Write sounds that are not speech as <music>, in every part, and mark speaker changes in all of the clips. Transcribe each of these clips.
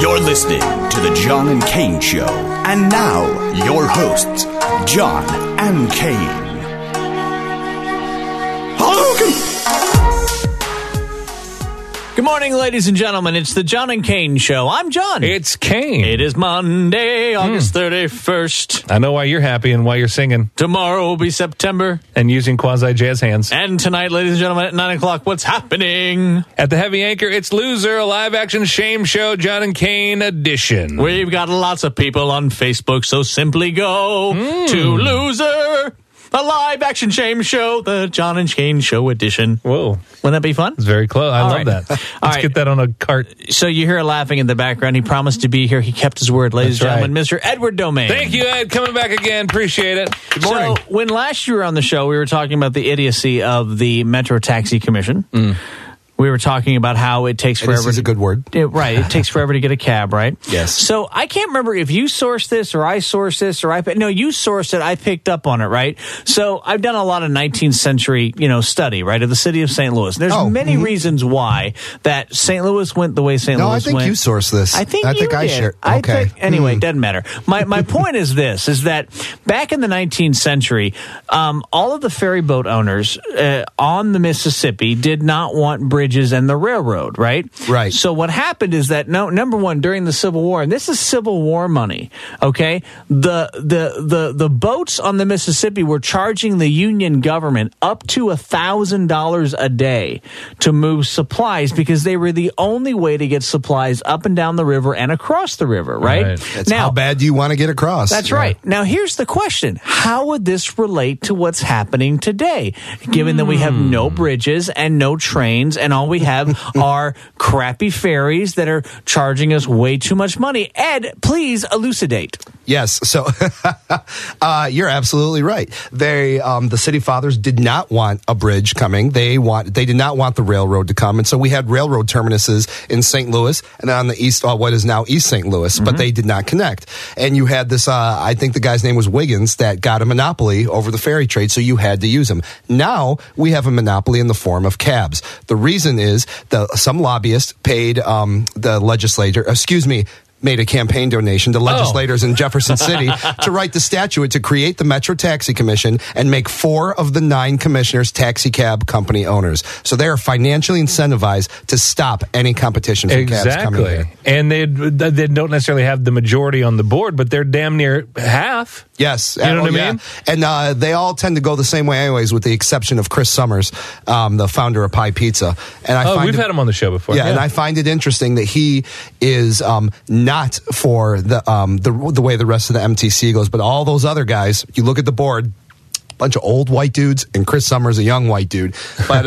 Speaker 1: You're listening to The John and Kane Show. And now, your hosts, John and Kane. Hadouken!
Speaker 2: Good morning, ladies and gentlemen. It's the John and Kane Show. I'm John.
Speaker 3: It's Kane.
Speaker 2: It Hmm. is Monday, August 31st.
Speaker 3: I know why you're happy and why you're singing
Speaker 2: Tomorrow will be September.
Speaker 3: and using quasi jazz hands.
Speaker 2: And tonight, ladies and gentlemen, at 9 o'clock, what's happening?
Speaker 3: At the heavy anchor, it's Loser, a live action shame show, John and Kane edition.
Speaker 2: We've got lots of people on Facebook, so simply go to Loser, a live action shame show, the John and Kane Show edition.
Speaker 3: Whoa,
Speaker 2: Wouldn't that be fun?
Speaker 3: it's very close. I
Speaker 2: All
Speaker 3: love
Speaker 2: right.
Speaker 3: <laughs> that.
Speaker 2: All
Speaker 3: Let's
Speaker 2: right.
Speaker 3: get that on a cart.
Speaker 2: So you hear laughing in the background. He promised to be here. He kept his word, ladies
Speaker 3: That's
Speaker 2: and gentlemen. Mr. Edward Domain.
Speaker 3: Thank you, Ed. Coming back again. Appreciate it. Good
Speaker 2: So when last you were on the show, we were talking about the idiocy of the Metro Taxi Commission. We were talking about how it takes forever.
Speaker 4: Mm. This is
Speaker 2: to-
Speaker 4: a good word.
Speaker 2: Yeah, right, it takes forever to get a cab, right?
Speaker 4: <laughs> Yes.
Speaker 2: So I can't remember if you sourced this or I sourced this or I. No, you sourced it. I picked up on it, right? So I've done a lot of 19th century, you know, study, right, of the city of St. Louis. There's
Speaker 4: Oh,
Speaker 2: many reasons why that St. Louis went the way St.
Speaker 4: No,
Speaker 2: Louis
Speaker 4: I think
Speaker 2: went.
Speaker 4: you sourced this.
Speaker 2: I think
Speaker 4: I
Speaker 2: you
Speaker 4: think I
Speaker 2: did.
Speaker 4: shared-
Speaker 2: I
Speaker 4: okay. Mm. Hmm.
Speaker 2: think- anyway, doesn't matter. My my point is this: is that back in the 19th century, um, all of the ferry boat owners uh, on the Mississippi did not want bridges and the railroad, right?
Speaker 4: Right.
Speaker 2: So what happened is that no, number one, during the Civil War, and this is Civil War money. Okay, the the the the boats on the Mississippi were charging the Union government up to a thousand dollars a day to move supplies because they were the only way to get supplies up and down the river and across the river. Right.
Speaker 3: Right.
Speaker 4: That's how bad you want to get across.
Speaker 2: That's
Speaker 4: Yeah.
Speaker 2: right. Now, here's the question How would this relate to what's happening today, given that we have no
Speaker 4: Hmm.
Speaker 2: bridges and no trains, and all we
Speaker 4: <laughs>
Speaker 2: have are crappy ferries that are charging us way too much money? Ed, please elucidate.
Speaker 4: Yes. So <laughs> uh, you're absolutely right. They, um, the city fathers, did not want a bridge coming. They want they did not want the railroad to come, and so we had railroad terminuses in St. Louis and on the east, uh, what is now East St. Louis, but they did not connect. And you had this. Uh, I think the guy's name was Wiggins that got a monopoly over the ferry trade, so you had to use them. Now we have a monopoly in the form of cabs. The reason is the some lobbyist paid um, the legislator. Excuse me. Made a campaign donation to legislators in
Speaker 3: <laughs>
Speaker 4: Jefferson City to write the statute to create the Metro Taxi Commission and make four of the nine commissioners taxi cab company owners. So they are financially incentivized to stop any competition from cabs coming
Speaker 3: Exactly.
Speaker 4: here.
Speaker 3: And they they don't necessarily have the majority on the board, but they're damn near half.
Speaker 4: Yes, Oh,
Speaker 3: You know what I
Speaker 4: yeah.
Speaker 3: mean?
Speaker 4: And uh, they all tend to go the same way, anyways, with the exception of Chris Summers, um, the founder of Pie Pizza. And I
Speaker 3: Oh,
Speaker 4: find
Speaker 3: we've
Speaker 4: it-
Speaker 3: had him on the show before.
Speaker 4: Yeah, and I find it interesting that he is um, not for the um, the the way the rest of the MTC goes, but all those other guys. You look at the board. Bunch of old white dudes and Chris Summers, a young white dude, but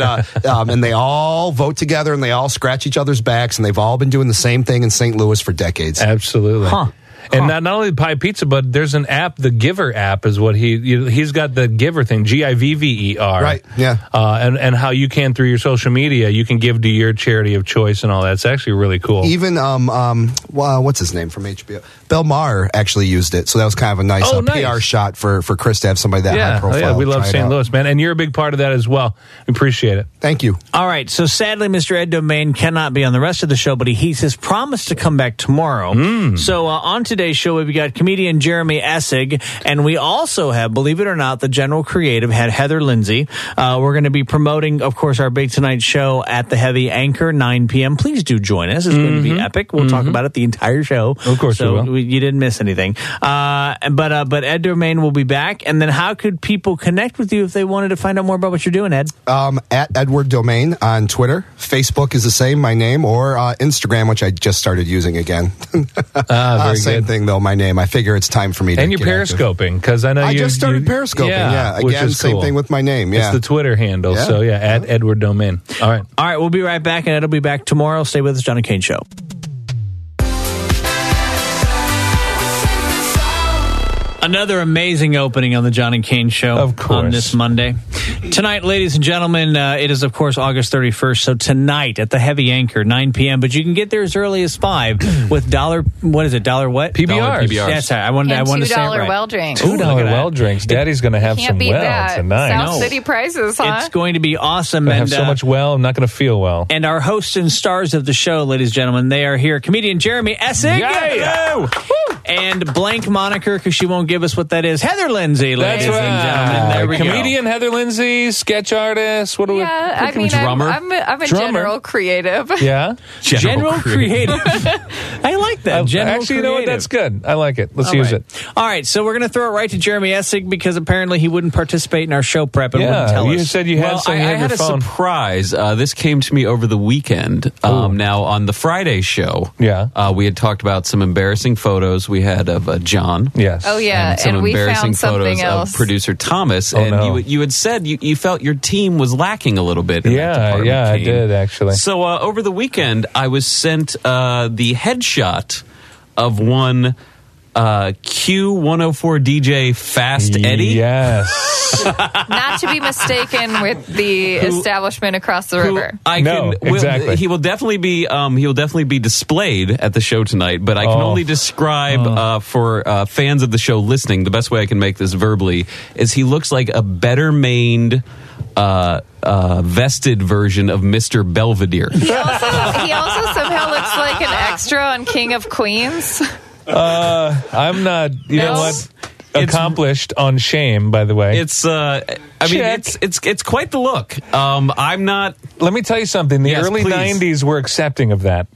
Speaker 3: <laughs>
Speaker 4: uh, um, and they all vote together and they all scratch each other's backs and they've all been doing the same thing in St. Louis for decades.
Speaker 3: Absolutely.
Speaker 2: Huh.
Speaker 3: And not, not only the pie pizza, but there's an app, the Giver app is what he you, he's got the Giver thing, G I V V E R,
Speaker 4: Right, yeah.
Speaker 3: uh, and and how you can through your social media, you can give to your charity of choice and all that. It's actually really cool.
Speaker 4: Even um um well, what's his name from HBO? Bill Maher actually used it, so that was kind of a nice,
Speaker 3: Oh,
Speaker 4: uh,
Speaker 3: nice.
Speaker 4: PR shot for for Chris to have somebody that
Speaker 3: yeah,
Speaker 4: high
Speaker 3: oh,
Speaker 4: profile.
Speaker 3: yeah, we love
Speaker 4: try it
Speaker 3: St.
Speaker 4: out.
Speaker 3: Louis, man, and you're a big part of that as well. We appreciate it.
Speaker 4: Thank you.
Speaker 2: All right, so sadly, Mr. Ed Domain cannot be on the rest of the show, but he he's has promised to come back tomorrow.
Speaker 3: Hmm.
Speaker 2: So uh, on today's show, we've got comedian Jeremy Essig, and we also have, believe it or not, the general creative had Heather Lindsay. Uh, we're going to be promoting, of course, our big tonight show at the Heavy Anchor, 9 p.m. Please do join us; it's going to be epic. We'll talk about it the entire show.
Speaker 3: Mm-hmm. Of course we
Speaker 2: so
Speaker 3: will.
Speaker 2: we- you didn't miss anything. Uh, but uh, but Ed Domain will be back, and then how could people connect with you if they wanted to find out more about what you're doing, Ed?
Speaker 4: Um, at Edward Domain on Twitter, Facebook is the same, my name, or uh, Instagram, which I just started using again. <laughs>
Speaker 3: Ah,
Speaker 4: Uh,
Speaker 3: very
Speaker 4: same
Speaker 3: good.
Speaker 4: thing though, my name. I figure it's time for me to
Speaker 3: And you're
Speaker 4: get active.
Speaker 3: periscoping because I know
Speaker 4: I
Speaker 3: you
Speaker 4: just started
Speaker 3: you-
Speaker 4: periscoping. Yeah,
Speaker 3: which
Speaker 4: again,
Speaker 3: is
Speaker 4: same
Speaker 3: cool.
Speaker 4: thing with my name.
Speaker 3: It's
Speaker 4: Yeah,
Speaker 3: the Twitter handle.
Speaker 4: Yeah.
Speaker 3: So yeah, at Edward Domain. All right.
Speaker 2: All right, we'll be right back, and it'll be back tomorrow. Stay with us, John and Kane Show. Another amazing opening on the John and Kane Show
Speaker 3: Of course.
Speaker 2: on this Monday. Tonight, ladies and gentlemen, uh, it is, of course, August 31st. So tonight at the Heavy Anchor, 9 p.m., but you can get there as early as
Speaker 3: <clears throat>
Speaker 2: 5 with dollar, what is it, dollar what?
Speaker 3: PBRs.
Speaker 2: Dollar
Speaker 3: PBRs.
Speaker 2: That's right. I wanted, I
Speaker 5: And
Speaker 2: wanted to say it
Speaker 5: $2
Speaker 2: right.
Speaker 5: well drinks.
Speaker 3: Two
Speaker 2: look
Speaker 3: dollar
Speaker 2: at that.
Speaker 3: well drinks. Daddy's going to have
Speaker 5: Can't
Speaker 3: some
Speaker 5: beat
Speaker 3: well
Speaker 5: that.
Speaker 3: tonight.
Speaker 2: No.
Speaker 5: South City prices, huh?
Speaker 2: It's going to be awesome.
Speaker 3: I
Speaker 2: And,
Speaker 3: have so
Speaker 2: uh,
Speaker 3: much well. I'm not going to feel well.
Speaker 2: and our hosts and stars of the show, ladies and gentlemen, they are here. Comedian Jeremy Essig.
Speaker 3: Yay!
Speaker 2: Hello. And blank moniker, because she won't give us what that is. Heather Lindsay, ladies and gentlemen. There we go.
Speaker 3: Comedian Heather Lindsay, sketch artist. What do
Speaker 5: yeah, I
Speaker 3: we?
Speaker 5: mean, I'm,
Speaker 3: drummer.
Speaker 5: I'm, a- I'm a
Speaker 3: Drummer.
Speaker 5: general creative.
Speaker 3: yeah.
Speaker 2: General, <laughs> creative. I like that. General
Speaker 3: Actually, you know what?
Speaker 2: creative.
Speaker 3: That's good. I like it. Let's
Speaker 2: All
Speaker 3: use
Speaker 2: right.
Speaker 3: it.
Speaker 2: All right, so we're going to throw it right to Jeremy Essig because apparently he wouldn't participate in our show prep and wouldn't
Speaker 3: Yeah,
Speaker 2: tell
Speaker 3: you
Speaker 2: us.
Speaker 3: said you had
Speaker 6: well, I,
Speaker 3: something
Speaker 6: I
Speaker 3: you had
Speaker 6: had
Speaker 3: your
Speaker 6: a
Speaker 3: phone.
Speaker 6: surprise. Uh, this came to me over the weekend. Um, now on the Friday show,
Speaker 3: Oh. Yeah.
Speaker 6: uh, we had talked about some embarrassing photos we had of uh, John.
Speaker 3: Yes.
Speaker 5: Oh, yeah.
Speaker 6: and some
Speaker 5: and we
Speaker 6: embarrassing
Speaker 5: found something
Speaker 6: photos
Speaker 5: else.
Speaker 6: of producer Thomas. and
Speaker 3: Oh, no.
Speaker 6: you, you had said you, you felt your team was lacking a little bit. In that
Speaker 3: Yeah,
Speaker 6: department,
Speaker 3: yeah, I
Speaker 6: Kane.
Speaker 3: did actually.
Speaker 6: So uh, over the weekend, I was sent uh, the headshot of one uh, Q104 DJ Fast Eddie.
Speaker 3: Yes.
Speaker 5: <laughs>
Speaker 2: <laughs>
Speaker 5: Not to be mistaken with the establishment across the
Speaker 6: who <laughs>
Speaker 5: river.
Speaker 6: I
Speaker 3: No,
Speaker 6: can, will-
Speaker 3: exactly.
Speaker 6: He will definitely be. Um, he will definitely be displayed at the show tonight. But I can
Speaker 3: Oh.
Speaker 6: only describe uh, for uh, fans of the show listening. The best way I can make this verbally is he looks like a better maned. Uh, uh, vested version of Mr. Belvedere.
Speaker 5: He also, he also somehow looks like an extra on King of Queens.
Speaker 3: Uh, I'm not. You know
Speaker 5: No.
Speaker 3: what? Accomplished on shame. By the way,
Speaker 6: It's, uh, I mean,
Speaker 3: Check.
Speaker 6: it's it's it's quite the look. Um, I'm not.
Speaker 3: let me tell you something. The
Speaker 6: Yes,
Speaker 3: early
Speaker 6: please.
Speaker 3: '90s were accepting of that.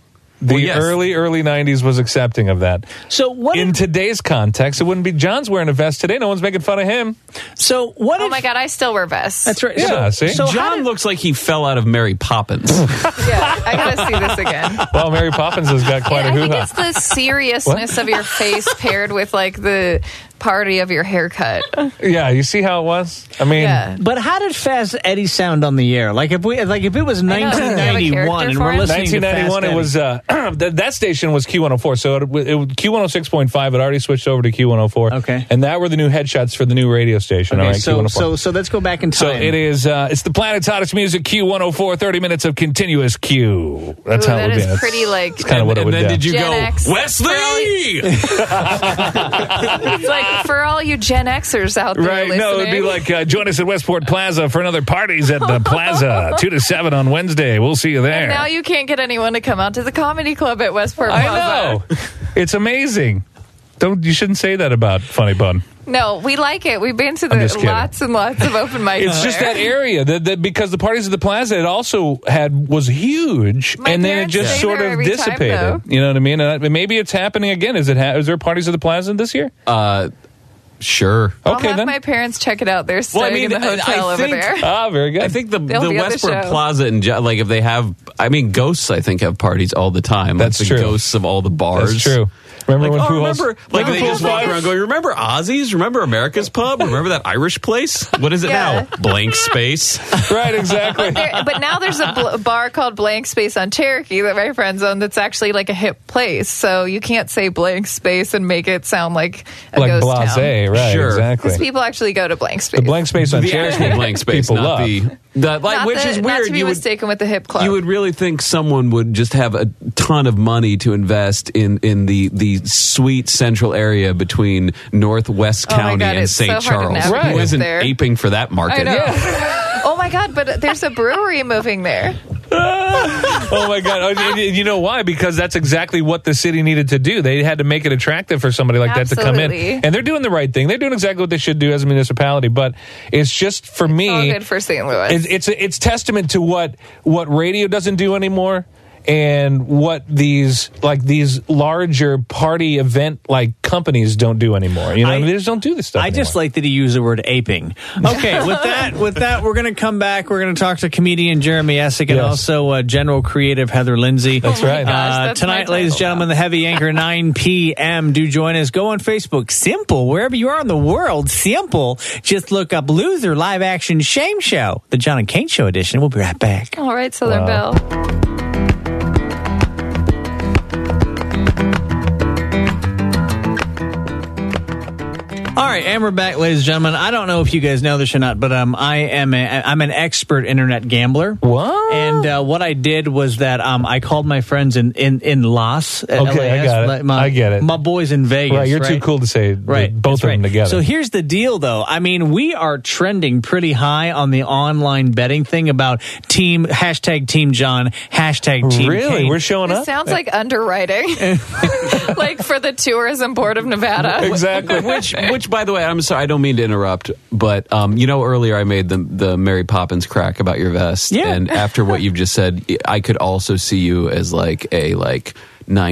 Speaker 3: The
Speaker 6: Well, yes.
Speaker 3: early early '90s was accepting of that.
Speaker 2: so what?
Speaker 3: In today's context, it wouldn't be John's wearing a vest today. No one's making fun of him.
Speaker 2: so what?
Speaker 5: Oh
Speaker 2: if-
Speaker 5: my God, I still wear vests.
Speaker 2: That's right.
Speaker 3: Yeah,
Speaker 2: so,
Speaker 3: see?
Speaker 2: so how
Speaker 6: John
Speaker 2: did-
Speaker 6: looks like he fell out of Mary Poppins.
Speaker 3: <laughs>
Speaker 5: Yeah, I gotta see this again.
Speaker 3: Well, Mary Poppins has got quite
Speaker 5: <laughs> Yeah,
Speaker 3: a
Speaker 5: I
Speaker 3: hoo
Speaker 5: think
Speaker 3: ha. <laughs>
Speaker 5: it's the seriousness of your face paired with like the party of your haircut.
Speaker 3: Yeah, you see how it was. I mean,
Speaker 5: Yeah.
Speaker 2: But how did Fast Eddie sound on the air? Like if we, like if it was
Speaker 5: know. Do you have a
Speaker 2: 1991 and
Speaker 5: character
Speaker 2: we're
Speaker 5: for it?
Speaker 2: listening to Fast
Speaker 3: 1991. It
Speaker 2: Eddie.
Speaker 3: was uh, <clears throat> that, that station was Q104, so it, it, Q106.5 had already switched over to Q104.
Speaker 2: Okay.
Speaker 3: and that were the new headshots for the new radio station.
Speaker 2: Okay,
Speaker 3: all right,
Speaker 2: so
Speaker 3: Q104.
Speaker 2: so so let's go back in
Speaker 3: So
Speaker 2: time.
Speaker 3: it is. Uh, it's the Planet's hottest music. Q one hundred four. Thirty minutes of continuous Q. That's
Speaker 5: Ooh,
Speaker 3: how it
Speaker 5: that
Speaker 3: would be.
Speaker 5: is
Speaker 3: That's-
Speaker 5: pretty, like-
Speaker 3: That's kind of what it
Speaker 6: and
Speaker 3: would
Speaker 6: then
Speaker 3: do.
Speaker 6: did you
Speaker 5: Gen
Speaker 6: go,
Speaker 5: X.
Speaker 6: <laughs> Wesley?
Speaker 5: It's like for all you Gen Xers out there
Speaker 3: Right, no, it'd be
Speaker 5: listening.
Speaker 3: like uh, join us at Westport Plaza for another parties at the
Speaker 5: <laughs>
Speaker 3: Plaza, two to seven on Wednesday. We'll see you there.
Speaker 5: And now you can't get anyone to come out to the comedy club at Westport
Speaker 3: I
Speaker 5: Plaza.
Speaker 3: know, it's amazing. Don't you shouldn't say that about Funny Bun.
Speaker 5: No, we like it. We've been to
Speaker 3: just
Speaker 5: the
Speaker 3: kidding.
Speaker 5: lots and lots of open mics.
Speaker 3: It's just
Speaker 5: there.
Speaker 3: that area that, that because the parties at the plaza it also had was huge,
Speaker 5: My
Speaker 3: and then it
Speaker 5: parents
Speaker 3: just
Speaker 5: stay
Speaker 3: sort
Speaker 5: there
Speaker 3: of
Speaker 5: every time,
Speaker 3: dissipated.
Speaker 5: though.
Speaker 3: you know what I mean? And I- maybe it's happening again. Is it? Ha- is there parties at the plaza this year?
Speaker 5: Uh,
Speaker 6: Sure.
Speaker 5: I'll
Speaker 3: okay
Speaker 5: have
Speaker 3: then.
Speaker 5: my parents check it out. They're staying in
Speaker 6: mean,
Speaker 5: the
Speaker 6: I- I
Speaker 5: hotel over
Speaker 6: think- <laughs>
Speaker 5: there.
Speaker 3: ah, very
Speaker 5: <laughs>
Speaker 3: good.
Speaker 6: I think the,
Speaker 5: They'll
Speaker 6: the
Speaker 5: be at the
Speaker 6: Westport
Speaker 5: show.
Speaker 6: Plaza and Jo- like if they have, I mean, ghosts. I think have parties all the time.
Speaker 3: That's
Speaker 6: like
Speaker 3: true.
Speaker 6: The ghosts of all the bars.
Speaker 3: that's true. Remember
Speaker 6: Like,
Speaker 3: when
Speaker 6: oh,
Speaker 3: Pujols?
Speaker 6: remember, like they
Speaker 3: remember
Speaker 6: just
Speaker 3: Pujols
Speaker 6: walk
Speaker 3: Live?
Speaker 6: around going, "Remember Ozzy's? Remember America's Pub? Remember that Irish place? What is it
Speaker 5: Yeah.
Speaker 6: now? Blank
Speaker 3: <laughs>
Speaker 6: space."
Speaker 3: right, exactly.
Speaker 5: There- but now there's a bl- bar called Blank Space on Cherokee that my friends own that's actually like a hip place. So you can't say Blank Space and make it sound like <laughs> a
Speaker 3: like
Speaker 5: ghost
Speaker 3: blase, right?
Speaker 6: Sure.
Speaker 5: Because
Speaker 3: Exactly.
Speaker 5: people actually go to Blank Space.
Speaker 3: The blank space on
Speaker 6: the
Speaker 3: Cherokee.
Speaker 6: actual blank space,
Speaker 3: people
Speaker 6: not
Speaker 3: love.
Speaker 6: the, the- like,
Speaker 5: Not
Speaker 6: which
Speaker 5: the-
Speaker 6: is weird.
Speaker 5: Not to be
Speaker 6: you would-
Speaker 5: mistaken with the hip club.
Speaker 6: You would really think someone would just have a ton of money to invest in in the the sweet central area between Northwest
Speaker 5: Oh my
Speaker 6: County
Speaker 5: God,
Speaker 6: and
Speaker 5: it's so
Speaker 6: St.
Speaker 5: hard to
Speaker 6: Charles.
Speaker 5: navigate
Speaker 6: Who isn't
Speaker 5: there.
Speaker 6: aping for that market?
Speaker 5: I know. <laughs> oh my god! But there's a brewery moving there.
Speaker 3: oh my god! Oh, and- and you know why? Because that's exactly what the city needed to do. They had to make it attractive for somebody like that to come
Speaker 5: Absolutely.
Speaker 3: in, and they're doing the right thing. They're doing exactly what they should do as a municipality. But it's just for me,
Speaker 5: All good for St. Louis.
Speaker 3: it's it's, it's testament to what what radio doesn't do anymore and what these like these larger party event like companies don't do anymore you know
Speaker 2: I-
Speaker 3: they just don't do this stuff
Speaker 2: I just
Speaker 3: anymore.
Speaker 2: like that he used the word aping.
Speaker 3: <laughs>
Speaker 2: Okay, with that, with that, we're going to come back. We're going to talk to comedian Jeremy Essig and
Speaker 3: Yes.
Speaker 2: also uh, general creative Heather Lindsay. That's
Speaker 3: my right.
Speaker 5: gosh, that's my
Speaker 2: tonight, ladies and
Speaker 5: title.
Speaker 2: gentlemen, the Heavy
Speaker 3: <laughs>
Speaker 2: Anchor, 9 p.m. Do join us. Go on Facebook, Simple, wherever you are in the world, Simple. Just look up Loser Live Action Shame Show, the John and Kane Show edition. We'll be right back.
Speaker 5: All right, Southern Belle.
Speaker 2: All All right, and we're back, ladies and gentlemen. I don't know if you guys know this or not, but um, I am a, I'm an expert internet gambler.
Speaker 3: What?
Speaker 2: And uh, what I did was that um, I called my friends in in in Las. uh, at
Speaker 3: Okay, I
Speaker 2: LAS,
Speaker 3: got it.
Speaker 2: like My,
Speaker 3: I get it.
Speaker 2: My boys in Vegas.
Speaker 3: Right, you're too cool to say the-
Speaker 2: Right,
Speaker 3: both
Speaker 2: that's
Speaker 3: of them
Speaker 2: right.
Speaker 3: together.
Speaker 2: So here's the deal, though. I mean, we are trending pretty high on the online betting thing about team hashtag Team John hashtag Team.
Speaker 3: really,
Speaker 2: Kane.
Speaker 3: we're showing
Speaker 5: This
Speaker 3: up.
Speaker 5: sounds like underwriting, <laughs> like for the tourism board of Nevada.
Speaker 3: exactly.
Speaker 6: which, which, by the way, I'm sorry, I don't mean to interrupt, but um, you know, earlier I made the the Mary Poppins crack about your vest,
Speaker 2: Yeah.
Speaker 6: and after what you've just said, I could also see you as like a like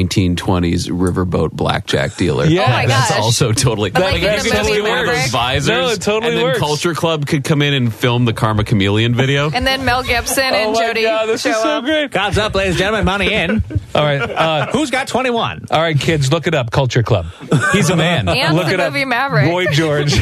Speaker 6: 1920s riverboat blackjack dealer.
Speaker 3: Yeah. Oh my
Speaker 6: that's
Speaker 5: gosh.
Speaker 6: also totally
Speaker 5: But like
Speaker 3: in the
Speaker 6: that's
Speaker 3: movie
Speaker 6: totally one of
Speaker 3: Maverick.
Speaker 6: those visors.
Speaker 3: No, it totally
Speaker 6: and then
Speaker 3: works.
Speaker 6: Culture Club could come in and film the Karma Chameleon video.
Speaker 5: And then Mel Gibson and
Speaker 3: oh my
Speaker 5: Jody
Speaker 3: god, this
Speaker 5: show
Speaker 3: is so
Speaker 5: up.
Speaker 3: great.
Speaker 2: God's up, ladies and gentlemen. Money in.
Speaker 3: <laughs> All right, uh,
Speaker 2: Who's got twenty one?
Speaker 3: all right, kids, look it up. Culture Club. He's a man.
Speaker 5: And
Speaker 3: look
Speaker 5: the
Speaker 3: it
Speaker 5: movie
Speaker 3: up.
Speaker 5: Maverick.
Speaker 3: Roy <laughs> George.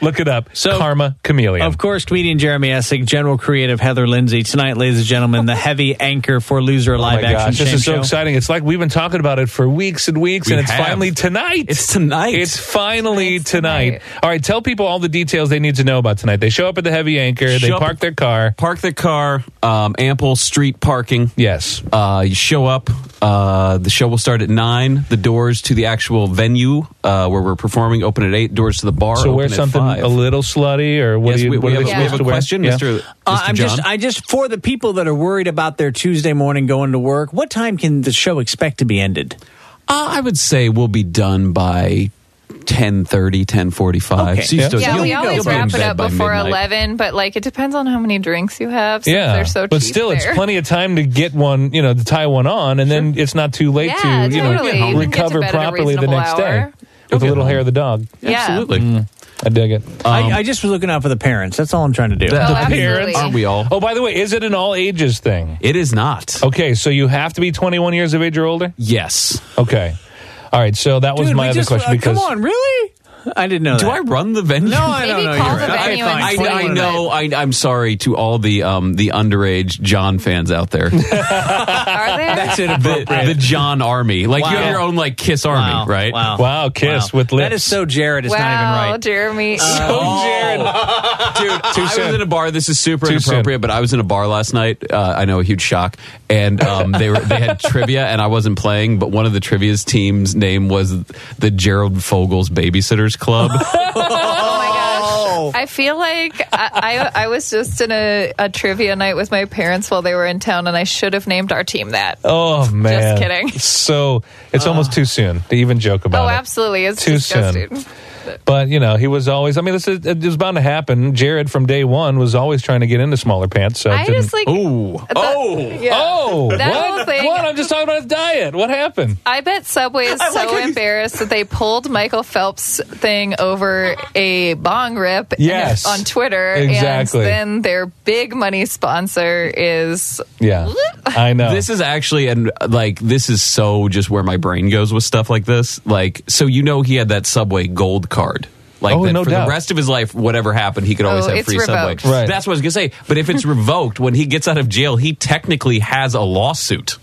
Speaker 3: look it up.
Speaker 2: So-
Speaker 3: Karma Chameleon.
Speaker 2: Of course, comedian Jeremy Essig, general creative Heather Lindsay. Tonight, ladies and gentlemen, the heavy anchor for Loser Live
Speaker 3: Oh my
Speaker 2: Action
Speaker 3: gosh, this
Speaker 2: Shame
Speaker 3: is so
Speaker 2: Show.
Speaker 3: exciting. It's like we've been talking about it for weeks and weeks,
Speaker 6: We
Speaker 3: and it's
Speaker 6: have.
Speaker 3: finally tonight.
Speaker 6: It's tonight.
Speaker 3: It's finally
Speaker 5: It's
Speaker 3: tonight.
Speaker 5: tonight.
Speaker 3: All right, tell people all the details they need to know about tonight. They show up at the heavy anchor, they
Speaker 6: Show up-
Speaker 3: park their car.
Speaker 6: Park the car, um, ample street parking.
Speaker 3: Yes.
Speaker 6: Uh, you show up. Uh, the show will start at nine. The doors to the actual venue uh, where we're performing open at eight. Doors to the bar.
Speaker 3: So
Speaker 6: open
Speaker 3: wear
Speaker 6: at
Speaker 3: something
Speaker 6: five.
Speaker 3: a little slutty, or what
Speaker 6: Yes,
Speaker 3: do you?
Speaker 6: we, we
Speaker 3: what are
Speaker 6: have,
Speaker 3: they
Speaker 5: a-
Speaker 6: we have
Speaker 3: supposed
Speaker 6: a
Speaker 3: to wear?
Speaker 6: question,
Speaker 3: Yeah.
Speaker 6: Mr.
Speaker 2: Uh,
Speaker 6: Mr.
Speaker 2: I'm
Speaker 6: John.
Speaker 2: just, I just for the people that are worried about their Tuesday morning going to work. What time can the show expect to be ended?
Speaker 6: Uh, I would say we'll be done by 10.30, 10.45.
Speaker 2: Okay.
Speaker 6: So you
Speaker 3: Yeah.
Speaker 6: still-
Speaker 5: Yeah,
Speaker 6: you'll-
Speaker 5: we
Speaker 6: you'll
Speaker 5: always
Speaker 6: be in
Speaker 5: wrap it
Speaker 6: bed
Speaker 5: up
Speaker 6: by
Speaker 5: before
Speaker 6: midnight.
Speaker 5: eleven, but like it depends on how many drinks you have. Since
Speaker 3: Yeah,
Speaker 5: they're so cheap
Speaker 3: but still, it's
Speaker 5: there.
Speaker 3: plenty of time to get one, you know, to tie one on, and then it's not too late
Speaker 5: Yeah,
Speaker 3: to, you
Speaker 5: totally. You
Speaker 3: know,
Speaker 5: can get to
Speaker 3: recover
Speaker 5: bed at a
Speaker 3: properly the
Speaker 5: reasonable
Speaker 3: next
Speaker 5: hour.
Speaker 3: day with a little hair of the dog.
Speaker 5: Yeah.
Speaker 6: Absolutely.
Speaker 3: I dig it.
Speaker 2: I, I just was looking out for the parents. That's all I'm trying to do.
Speaker 5: Oh,
Speaker 6: The
Speaker 5: absolutely.
Speaker 3: parents
Speaker 6: Aren't we all?
Speaker 3: Oh, by the way, is it an all ages thing?
Speaker 6: It is not.
Speaker 3: Okay, so you have to be 21 years of age or older.
Speaker 6: Yes.
Speaker 3: Okay, all right. So that was
Speaker 2: Dude,
Speaker 3: my
Speaker 2: we
Speaker 3: other
Speaker 2: just,
Speaker 3: question
Speaker 2: uh,
Speaker 3: because
Speaker 2: Come on, really? I didn't know.
Speaker 6: Do
Speaker 2: that.
Speaker 6: I run the <laughs> venue?
Speaker 2: No, I
Speaker 5: Maybe
Speaker 2: don't know.
Speaker 5: call
Speaker 2: You're
Speaker 5: the
Speaker 2: right.
Speaker 5: venue
Speaker 2: okay, fine.
Speaker 5: and
Speaker 6: I,
Speaker 5: Explain
Speaker 6: I
Speaker 5: it.
Speaker 6: know. I, I'm sorry to all the um, the underage John fans out there.
Speaker 5: Are there?
Speaker 2: That's
Speaker 6: the,
Speaker 2: inappropriate.
Speaker 6: the John Army. Like you
Speaker 2: Wow.
Speaker 6: have your own like Kiss Army,
Speaker 2: wow.
Speaker 6: right?
Speaker 2: Wow.
Speaker 3: Wow, Kiss with
Speaker 2: That is
Speaker 3: lips.
Speaker 2: so Jared. It's
Speaker 5: wow,
Speaker 2: not even right.
Speaker 5: Jeremy.
Speaker 6: Oh, Jared. Dude, I
Speaker 3: soon.
Speaker 6: was in a bar. This is super
Speaker 3: Too
Speaker 6: inappropriate, but I was in a bar last night. Uh, I know a huge shock, and um, they were they had trivia, and I wasn't playing. But one of the trivia's team's name was the Gerald Fogel's
Speaker 2: <laughs>
Speaker 6: Babysitters Club.
Speaker 5: Oh my gosh. I feel like I, I, I was just in a, a trivia night with my parents while they were in town, and I should have named our team that. Oh,
Speaker 3: Oh man,
Speaker 5: kidding.
Speaker 3: <laughs>
Speaker 5: Uh.
Speaker 3: So it's almost too soon to even joke about it.
Speaker 5: Oh, absolutely. It's
Speaker 3: Too
Speaker 5: disgusting.
Speaker 3: But you know, he was always. I mean, this is it was bound to happen. Jared from day one was always trying to get into smaller pants. So it
Speaker 5: I
Speaker 3: didn't-
Speaker 5: just like.
Speaker 6: Ooh, oh,
Speaker 5: yeah.
Speaker 3: Oh,
Speaker 5: That
Speaker 3: what?
Speaker 5: whole thing-
Speaker 3: What? I'm just talking about his diet. What happened?
Speaker 5: I bet Subway is so embarrassed that they pulled Michael Phelps' thing over a bong rip and-
Speaker 3: Yes.
Speaker 5: on Twitter.
Speaker 3: Exactly.
Speaker 5: And then their big money sponsor is.
Speaker 3: Yeah, I know.
Speaker 6: This is actually and like this is so just where my brain goes with stuff like this. Like so you know he had that Subway gold card. Like
Speaker 3: Oh,
Speaker 6: that
Speaker 3: no
Speaker 6: for
Speaker 3: doubt.
Speaker 6: the rest of his life, whatever happened, he could always
Speaker 5: Oh,
Speaker 6: have
Speaker 5: it's
Speaker 6: free
Speaker 5: revoked.
Speaker 6: Subway.
Speaker 3: Right.
Speaker 6: That's what I was gonna say. But
Speaker 5: <laughs>
Speaker 6: if it's revoked, when he gets out of jail, he technically has a lawsuit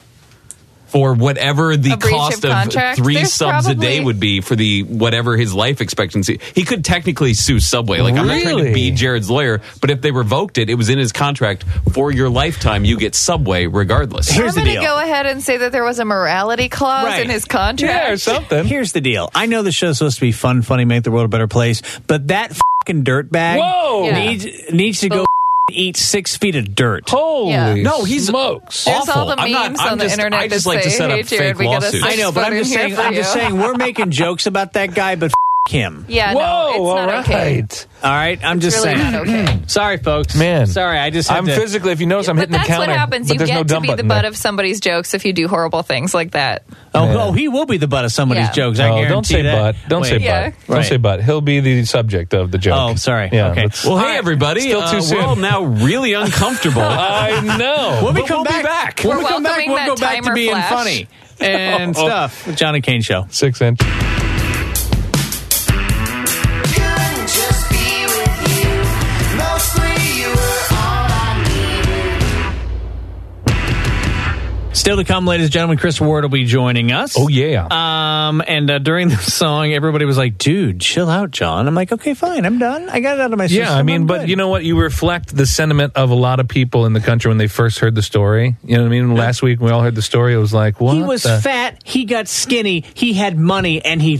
Speaker 6: for whatever the
Speaker 5: A breach
Speaker 6: cost
Speaker 5: of contract?
Speaker 6: three
Speaker 5: There's
Speaker 6: subs a day
Speaker 5: probably-
Speaker 6: would be for the whatever his life expectancy. He could technically sue Subway. Like I'm not trying
Speaker 3: Really?
Speaker 6: to be Jared's lawyer, but if they revoked it, it was in his contract for your lifetime. You get Subway regardless.
Speaker 2: Here's the
Speaker 5: I'm going
Speaker 2: deal.
Speaker 5: to go ahead and say that there was a morality clause
Speaker 2: Right.
Speaker 5: in his contract.
Speaker 3: yeah, or something.
Speaker 2: Here's the deal. I know the show's supposed to be fun, funny, make the world a better place, but that fucking dirtbag
Speaker 3: Whoa!
Speaker 5: Yeah.
Speaker 2: needs needs to go f***ing eat six feet of dirt.
Speaker 3: Holy
Speaker 5: Yeah.
Speaker 6: No, he's-
Speaker 3: smokes.
Speaker 5: There's
Speaker 6: awful.
Speaker 5: all the
Speaker 6: I'm not-
Speaker 5: memes
Speaker 6: I'm
Speaker 5: on the
Speaker 6: just-
Speaker 5: internet
Speaker 6: I just
Speaker 5: that
Speaker 6: like to
Speaker 5: say,
Speaker 6: set up
Speaker 5: "Hey, Jared,
Speaker 6: fake
Speaker 5: we got a
Speaker 6: lawsuits."
Speaker 5: sex
Speaker 2: I know, but I'm
Speaker 5: button
Speaker 2: just
Speaker 5: here
Speaker 2: saying.
Speaker 5: for
Speaker 2: I'm just
Speaker 5: you."
Speaker 2: saying we're making jokes about that guy, but f- him.
Speaker 5: Yeah,
Speaker 3: Whoa!
Speaker 5: no, it's
Speaker 3: all
Speaker 5: not
Speaker 3: right,
Speaker 5: okay.
Speaker 2: All right, I'm
Speaker 5: It's
Speaker 2: just
Speaker 5: really
Speaker 2: saying.
Speaker 5: not okay.
Speaker 2: <clears throat> Sorry, folks.
Speaker 3: man.
Speaker 2: sorry. I just. had
Speaker 3: I'm
Speaker 2: to-
Speaker 3: physically. If you notice, I'm
Speaker 5: but
Speaker 3: hitting the
Speaker 5: that's
Speaker 3: counter.
Speaker 5: what happens.
Speaker 3: But
Speaker 5: You
Speaker 3: there's
Speaker 5: get
Speaker 3: no
Speaker 5: to
Speaker 3: dumb
Speaker 5: be the
Speaker 3: button
Speaker 5: butt
Speaker 3: there.
Speaker 5: of somebody's jokes if you do horrible things like that.
Speaker 2: Oh, oh, he will be the butt of somebody's
Speaker 5: Yeah.
Speaker 2: jokes. I
Speaker 3: oh,
Speaker 2: guarantee
Speaker 3: don't say
Speaker 2: that.
Speaker 3: butt. Don't say
Speaker 2: Wait.
Speaker 5: Yeah.
Speaker 3: butt. Don't
Speaker 2: Right.
Speaker 3: say butt. He'll be the subject of the joke.
Speaker 2: Oh, sorry.
Speaker 3: Yeah,
Speaker 2: Okay.
Speaker 3: that's-
Speaker 6: Well,
Speaker 2: All
Speaker 6: hey
Speaker 2: right.
Speaker 6: everybody!
Speaker 3: Still too
Speaker 6: uh,
Speaker 3: soon.
Speaker 6: We're
Speaker 2: <laughs>
Speaker 6: all now
Speaker 3: <laughs>
Speaker 6: really uncomfortable.
Speaker 3: I know.
Speaker 2: When we
Speaker 6: But
Speaker 2: come
Speaker 6: we'll
Speaker 2: back,
Speaker 6: be back.
Speaker 2: when
Speaker 5: We're
Speaker 2: we come back,
Speaker 5: welcoming
Speaker 2: we'll
Speaker 5: that
Speaker 2: go back to
Speaker 5: timer
Speaker 2: being
Speaker 5: flash. Oh.
Speaker 2: funny
Speaker 5: <laughs>
Speaker 2: and stuff. John and Kane show.
Speaker 3: Six inch.
Speaker 7: Couldn't just be with you. Mostly you were all I needed.
Speaker 2: Still to come, ladies and gentlemen, Chris Ward will be joining us.
Speaker 3: Oh, yeah.
Speaker 2: Um, and uh, during the <laughs> song, everybody was like, "Dude, chill out, John." I'm like, "Okay, fine, I'm done. I got it out of my system."
Speaker 3: Yeah, I mean,
Speaker 2: I'm
Speaker 3: but
Speaker 2: good."
Speaker 3: you know what? You reflect the sentiment of a lot of people in the country when they first heard the story. You know what I mean? Last week when we all heard the story, it was like, what?
Speaker 2: he was
Speaker 3: the
Speaker 2: fat. He got skinny. He had money, and he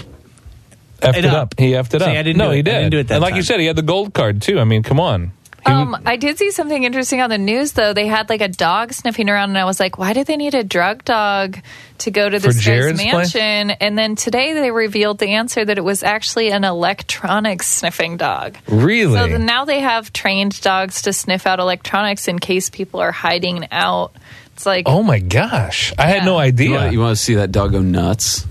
Speaker 3: effed
Speaker 2: it
Speaker 3: it
Speaker 2: up.
Speaker 3: up. He effed it
Speaker 2: See,
Speaker 3: up.
Speaker 2: I didn't
Speaker 3: no,
Speaker 2: do it.
Speaker 3: he
Speaker 2: I
Speaker 3: did.
Speaker 2: didn't do it that
Speaker 3: and like you
Speaker 2: time.
Speaker 3: said, he had the gold card too. I mean, come on. He was-
Speaker 5: Um, I did see something interesting on the news though. They had like a dog sniffing around, and I was like, "Why did they need a drug dog to go to this guy's
Speaker 3: Jared's place?
Speaker 5: mansion?" And then today they revealed the answer that it was actually an electronic sniffing dog.
Speaker 3: really?
Speaker 5: So then now they have trained dogs to sniff out electronics in case people are hiding out. It's like,
Speaker 3: oh my gosh! I had no
Speaker 6: You,
Speaker 3: idea.
Speaker 6: want, you want to see that dog go nuts?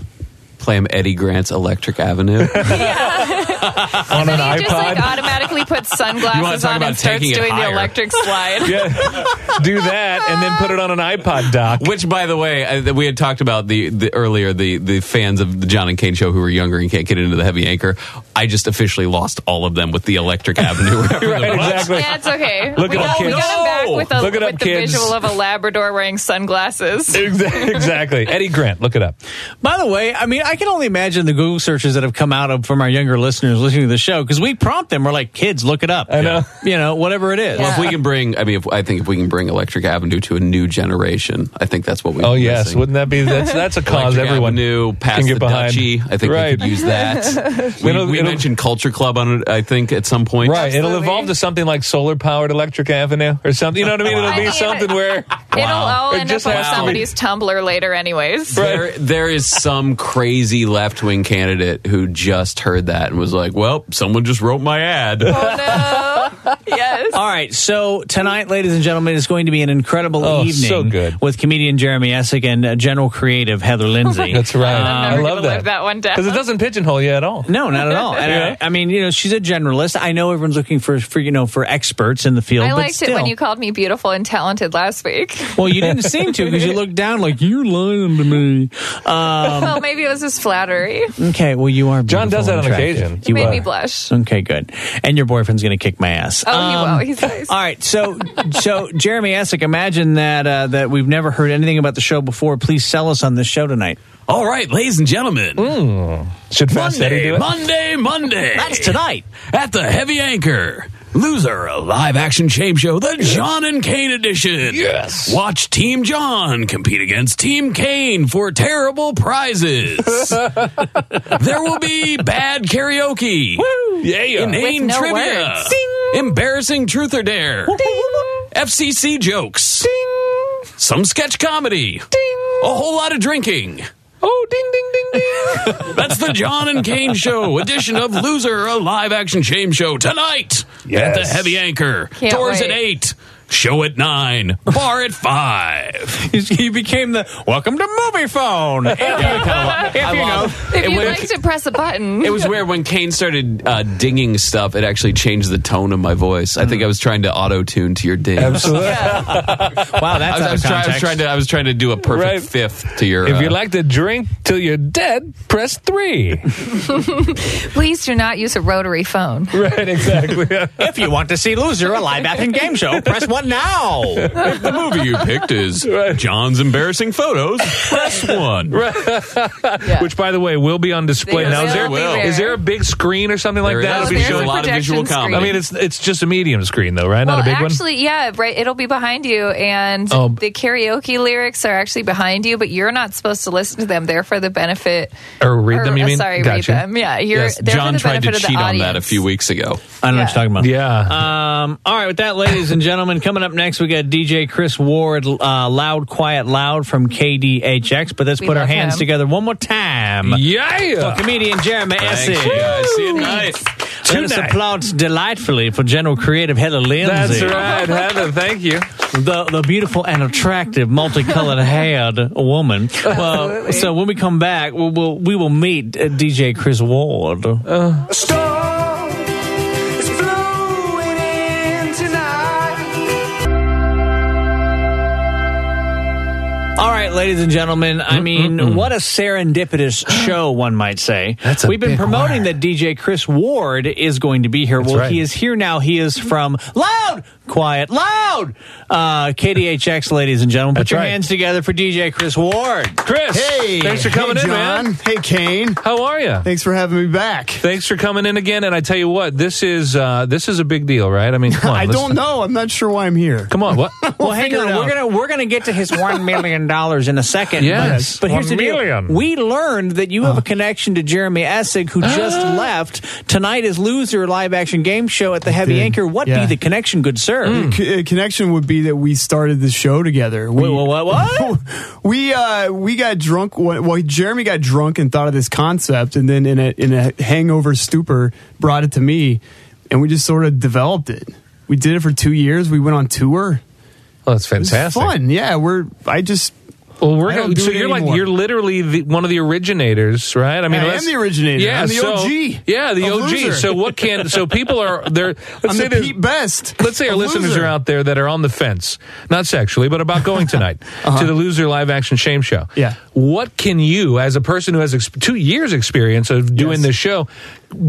Speaker 6: Play him Eddie Grant's Electric Avenue.
Speaker 3: on an
Speaker 5: he just like
Speaker 3: iPod.
Speaker 5: automatically puts
Speaker 6: wanna
Speaker 5: sunglasses
Speaker 6: talk
Speaker 5: on
Speaker 6: about
Speaker 5: and starts
Speaker 6: taking it
Speaker 5: doing the
Speaker 6: higher.
Speaker 5: electric slide.
Speaker 3: Yeah. <laughs> do that and then put it on an
Speaker 2: <laughs>
Speaker 3: iPod dock.
Speaker 6: <laughs> Which, by the way, I, we had talked about the, the earlier the the fans of the John and Kane show who were younger and can't get into the heavy anchor. I just officially lost all of them with the Electric Avenue. <laughs>
Speaker 3: Right, exactly.
Speaker 5: Yeah, it's okay.
Speaker 3: Look
Speaker 5: we
Speaker 3: it up,
Speaker 5: got, we
Speaker 3: kids.
Speaker 5: got him back with, a,
Speaker 3: Look it up,
Speaker 5: with the
Speaker 3: kids.
Speaker 5: visual of a Labrador wearing sunglasses.
Speaker 3: Exa- exactly. Eddie Grant, look it up.
Speaker 2: By the way, I mean, I can only imagine the Google searches that have come out of from our younger listeners listening to the show because we prompt them. We're like, "Kids, look it up." I
Speaker 3: know.
Speaker 2: you know, whatever it is.
Speaker 6: Well, if we can bring, I mean, if, I think if we can bring Electric Avenue to a new generation, I think that's what we.
Speaker 3: Oh yes, wouldn't that
Speaker 2: <laughs>
Speaker 3: be? That's that's a cause
Speaker 6: Electric
Speaker 3: everyone
Speaker 6: Avenue, past
Speaker 3: can get
Speaker 6: the
Speaker 3: behind.
Speaker 6: duchy. I think
Speaker 3: Right.
Speaker 6: we could use that. we
Speaker 3: It'll-
Speaker 6: we
Speaker 3: it'll-
Speaker 6: mentioned Culture Club on it. I think at some point.
Speaker 3: Right, it'll
Speaker 5: Absolutely.
Speaker 3: evolve to something like solar powered Electric Avenue or something. You know what I mean? It'll
Speaker 5: I
Speaker 3: be
Speaker 5: mean,
Speaker 3: something
Speaker 5: <laughs>
Speaker 3: where
Speaker 5: It'll all
Speaker 3: It
Speaker 5: end up
Speaker 3: just
Speaker 5: on
Speaker 3: has to be-
Speaker 5: somebody's Tumblr later,
Speaker 6: <laughs>
Speaker 5: anyways.
Speaker 6: There, there is some crazy left wing candidate who just heard that and was like, "Well, someone just wrote my ad."
Speaker 5: Oh no! yes.
Speaker 2: All right, so tonight, ladies and gentlemen, is going to be an incredible
Speaker 3: Oh,
Speaker 2: evening
Speaker 3: so good.
Speaker 2: with comedian Jeremy Essick and uh, general creative Heather Lindsay. <laughs> Uh,
Speaker 3: That's right.
Speaker 5: I'm
Speaker 3: I
Speaker 5: never
Speaker 3: love
Speaker 5: gonna
Speaker 3: that.
Speaker 5: live that one down.
Speaker 3: because it doesn't pigeonhole you at all.
Speaker 2: No, not at all. And uh,
Speaker 3: Yeah.
Speaker 2: I, I mean, you know, she's a generalist. I know everyone's looking for, for you know, for experts in the field.
Speaker 5: I
Speaker 2: but
Speaker 5: liked
Speaker 2: still,
Speaker 5: it when you called me beautiful and talented last week. <laughs>
Speaker 2: Well, you didn't seem to because you looked down like you're lying to me. Um,
Speaker 5: well, maybe it was just flattery. You
Speaker 2: okay, well, you are.
Speaker 3: John does
Speaker 2: beautiful and
Speaker 3: that on
Speaker 2: attractive.
Speaker 3: occasion.
Speaker 2: You
Speaker 5: made
Speaker 2: are.
Speaker 5: me blush.
Speaker 2: Okay, good. And your boyfriend's going to kick my ass.
Speaker 5: Oh,
Speaker 2: Um,
Speaker 5: he will. He's nice.
Speaker 2: All right, so so Jeremy Essick, imagine that uh, that we've never heard anything about the show before. Please sell us on this show tonight.
Speaker 6: All right, ladies and gentlemen,
Speaker 3: Should Fast Eddie do
Speaker 6: Monday,
Speaker 3: it?
Speaker 6: Monday, Monday.
Speaker 2: That's tonight.
Speaker 6: at the Heavy Anchor. Loser, a live action shame show, the John and Kane edition.
Speaker 3: Yes.
Speaker 6: Watch Team John compete against Team Kane for terrible prizes.
Speaker 3: <laughs>
Speaker 6: there will be bad karaoke,
Speaker 3: Yeah, yeah.
Speaker 5: With
Speaker 6: inane
Speaker 5: no
Speaker 6: trivia,
Speaker 5: words.
Speaker 6: embarrassing truth or dare, FCC jokes, some sketch comedy, a whole lot of drinking.
Speaker 3: Oh, ding, ding, ding, ding.
Speaker 6: <laughs> That's the John and Kane Show edition of Loser, a live action shame show tonight
Speaker 3: Yes.
Speaker 6: at the Heavy Anchor.
Speaker 5: Can't
Speaker 6: Doors at
Speaker 5: wait.
Speaker 6: eight, show at nine, bar at five.
Speaker 2: He became the welcome to movie phone. If you know, if you know.
Speaker 5: Oh,
Speaker 6: <laughs>
Speaker 5: If you
Speaker 6: would-
Speaker 5: like to press a button,
Speaker 6: It was weird when Kane started uh, dinging stuff. It actually changed the tone of my voice. I think I was trying to auto tune to your ding.
Speaker 3: Absolutely.
Speaker 2: wow, that's
Speaker 6: I was, I, was
Speaker 2: out
Speaker 6: try-
Speaker 2: of
Speaker 6: I was
Speaker 2: context.
Speaker 6: trying to. I was trying to do a perfect
Speaker 3: Right.
Speaker 6: fifth to your.
Speaker 3: If you
Speaker 6: uh, <laughs>
Speaker 3: like to drink till you're dead, press three.
Speaker 5: please do not use a rotary phone.
Speaker 3: right, <laughs> <laughs> exactly.
Speaker 2: if you want to see Loser, a live action game show, press one now.
Speaker 6: if the movie you picked is John's embarrassing photos, press one.
Speaker 5: Yeah.
Speaker 3: Which, by the way, will be on display
Speaker 5: They
Speaker 3: now. Is there,
Speaker 5: will be there.
Speaker 3: is there a big screen or something like
Speaker 6: There
Speaker 3: that?
Speaker 5: Oh,
Speaker 6: is.
Speaker 3: If you
Speaker 5: there's
Speaker 3: show
Speaker 6: a
Speaker 5: a
Speaker 6: lot of visual
Speaker 5: projection
Speaker 6: comedy.
Speaker 5: screen.
Speaker 3: I mean, it's it's just a medium screen though, right? Not a
Speaker 5: well,
Speaker 3: big one.
Speaker 5: actually, yeah, right. It'll be behind you, and
Speaker 3: Oh.
Speaker 5: the karaoke lyrics are actually behind you, but you're not supposed to listen to them. They're for the benefit,
Speaker 3: Or read
Speaker 5: or,
Speaker 3: them, you
Speaker 5: uh,
Speaker 3: mean?
Speaker 5: Sorry,
Speaker 3: Gotcha.
Speaker 5: read them. Yeah, you're.
Speaker 3: Yes,
Speaker 5: they're for
Speaker 6: John
Speaker 5: the
Speaker 6: tried to
Speaker 5: benefit of the
Speaker 6: cheat on that a
Speaker 5: audience.
Speaker 6: few weeks ago.
Speaker 2: I don't know what
Speaker 5: Yeah.
Speaker 2: you're talking about.
Speaker 3: Yeah.
Speaker 2: Um, all right, with that, ladies and gentlemen, coming up next, we got DJ Chris Ward, uh, Loud Quiet Loud from KDHX. But let's
Speaker 5: We
Speaker 2: put our
Speaker 5: love
Speaker 2: hands
Speaker 5: him.
Speaker 2: together one more time.
Speaker 3: yeah.
Speaker 2: Comedian Jeremy Essie.
Speaker 6: Thanks, you guys. See you tonight.
Speaker 2: Let us
Speaker 3: Tonight.
Speaker 2: applaud delightfully for general creative Heather
Speaker 3: That's
Speaker 2: Lindsay.
Speaker 3: right, Heather. Thank you.
Speaker 2: The, the beautiful and attractive multicolored haired woman. Well, so when we come back, we'll, we'll, we will meet uh, DJ Chris Ward.
Speaker 1: Storm is blowing in tonight.
Speaker 2: All right, ladies and gentlemen. I mean, what a serendipitous show, one might say.
Speaker 3: That's a
Speaker 2: We've been
Speaker 3: big
Speaker 2: promoting
Speaker 3: word.
Speaker 2: that DJ Chris Ward is going to be here. well,
Speaker 3: right.
Speaker 2: he is here now. He is from Loud quiet, loud. Uh, KDHX, ladies and gentlemen,
Speaker 3: That's
Speaker 2: put your
Speaker 3: right.
Speaker 2: hands together for DJ Chris Ward.
Speaker 3: Chris,
Speaker 8: Hey,
Speaker 3: thanks for coming
Speaker 8: hey,
Speaker 3: in,
Speaker 8: John.
Speaker 3: man.
Speaker 8: Hey, Kane.
Speaker 3: How are you?
Speaker 8: Thanks for having me back.
Speaker 3: Thanks for coming in again. And I tell you what, this is uh, this is a big deal, right? I mean,
Speaker 8: <laughs>
Speaker 3: come on,
Speaker 8: I
Speaker 3: let's-
Speaker 8: don't know. I'm not sure why I'm here.
Speaker 3: Come
Speaker 8: <laughs>
Speaker 3: on, what?
Speaker 2: Well, hang
Speaker 8: figure
Speaker 2: on.
Speaker 8: it
Speaker 2: We're
Speaker 8: out.
Speaker 2: gonna we're gonna get to his one
Speaker 8: <laughs>
Speaker 2: million dollars in a second.
Speaker 3: Yes.
Speaker 2: but, but here's
Speaker 3: One
Speaker 2: the deal.
Speaker 3: million.
Speaker 2: We learned that you
Speaker 8: Oh.
Speaker 2: have a connection to Jeremy Essig,
Speaker 8: Ah.
Speaker 2: who just left. Tonight is loser live action game show at the Heavy
Speaker 8: Dude,
Speaker 2: Anchor. What
Speaker 8: yeah.
Speaker 2: be the connection, good sir?
Speaker 8: C- uh, connection would be that we started the show together.
Speaker 2: Wait,
Speaker 8: We,
Speaker 2: what, what,
Speaker 8: <laughs>
Speaker 2: what?
Speaker 8: we uh we got drunk. wh- Well, Jeremy got drunk and thought of this concept, and then in a in a hangover stupor, brought it to me, and we just sort of developed it. We did it for two years. We went on tour.
Speaker 3: Well, that's
Speaker 8: It was
Speaker 3: fantastic.
Speaker 8: fun. Yeah, we're. I just.
Speaker 3: Well, we're
Speaker 8: I
Speaker 3: gonna,
Speaker 8: don't do
Speaker 3: so
Speaker 8: it
Speaker 3: you're like
Speaker 8: anymore.
Speaker 3: you're literally the, one of the originators, right? I mean,
Speaker 8: I am
Speaker 3: let's-
Speaker 8: the originator.
Speaker 3: Yeah,
Speaker 8: I'm the
Speaker 3: so-
Speaker 8: OG
Speaker 3: Yeah, the
Speaker 8: of
Speaker 3: OG.
Speaker 8: Loser.
Speaker 3: So what can so people are
Speaker 8: <laughs>
Speaker 3: they're let's
Speaker 8: I'm
Speaker 3: say
Speaker 8: the
Speaker 3: there's-
Speaker 8: Pete Best.
Speaker 3: Let's say our
Speaker 8: a
Speaker 3: listeners
Speaker 8: loser.
Speaker 3: are out there that are on the fence, not sexually, but about going
Speaker 8: <laughs>
Speaker 3: tonight to the Loser Live Action Shame Show.
Speaker 8: Uh-huh. Yeah.
Speaker 3: What can you, as a person who has ex- two years' experience of doing
Speaker 8: Yes.
Speaker 3: this show,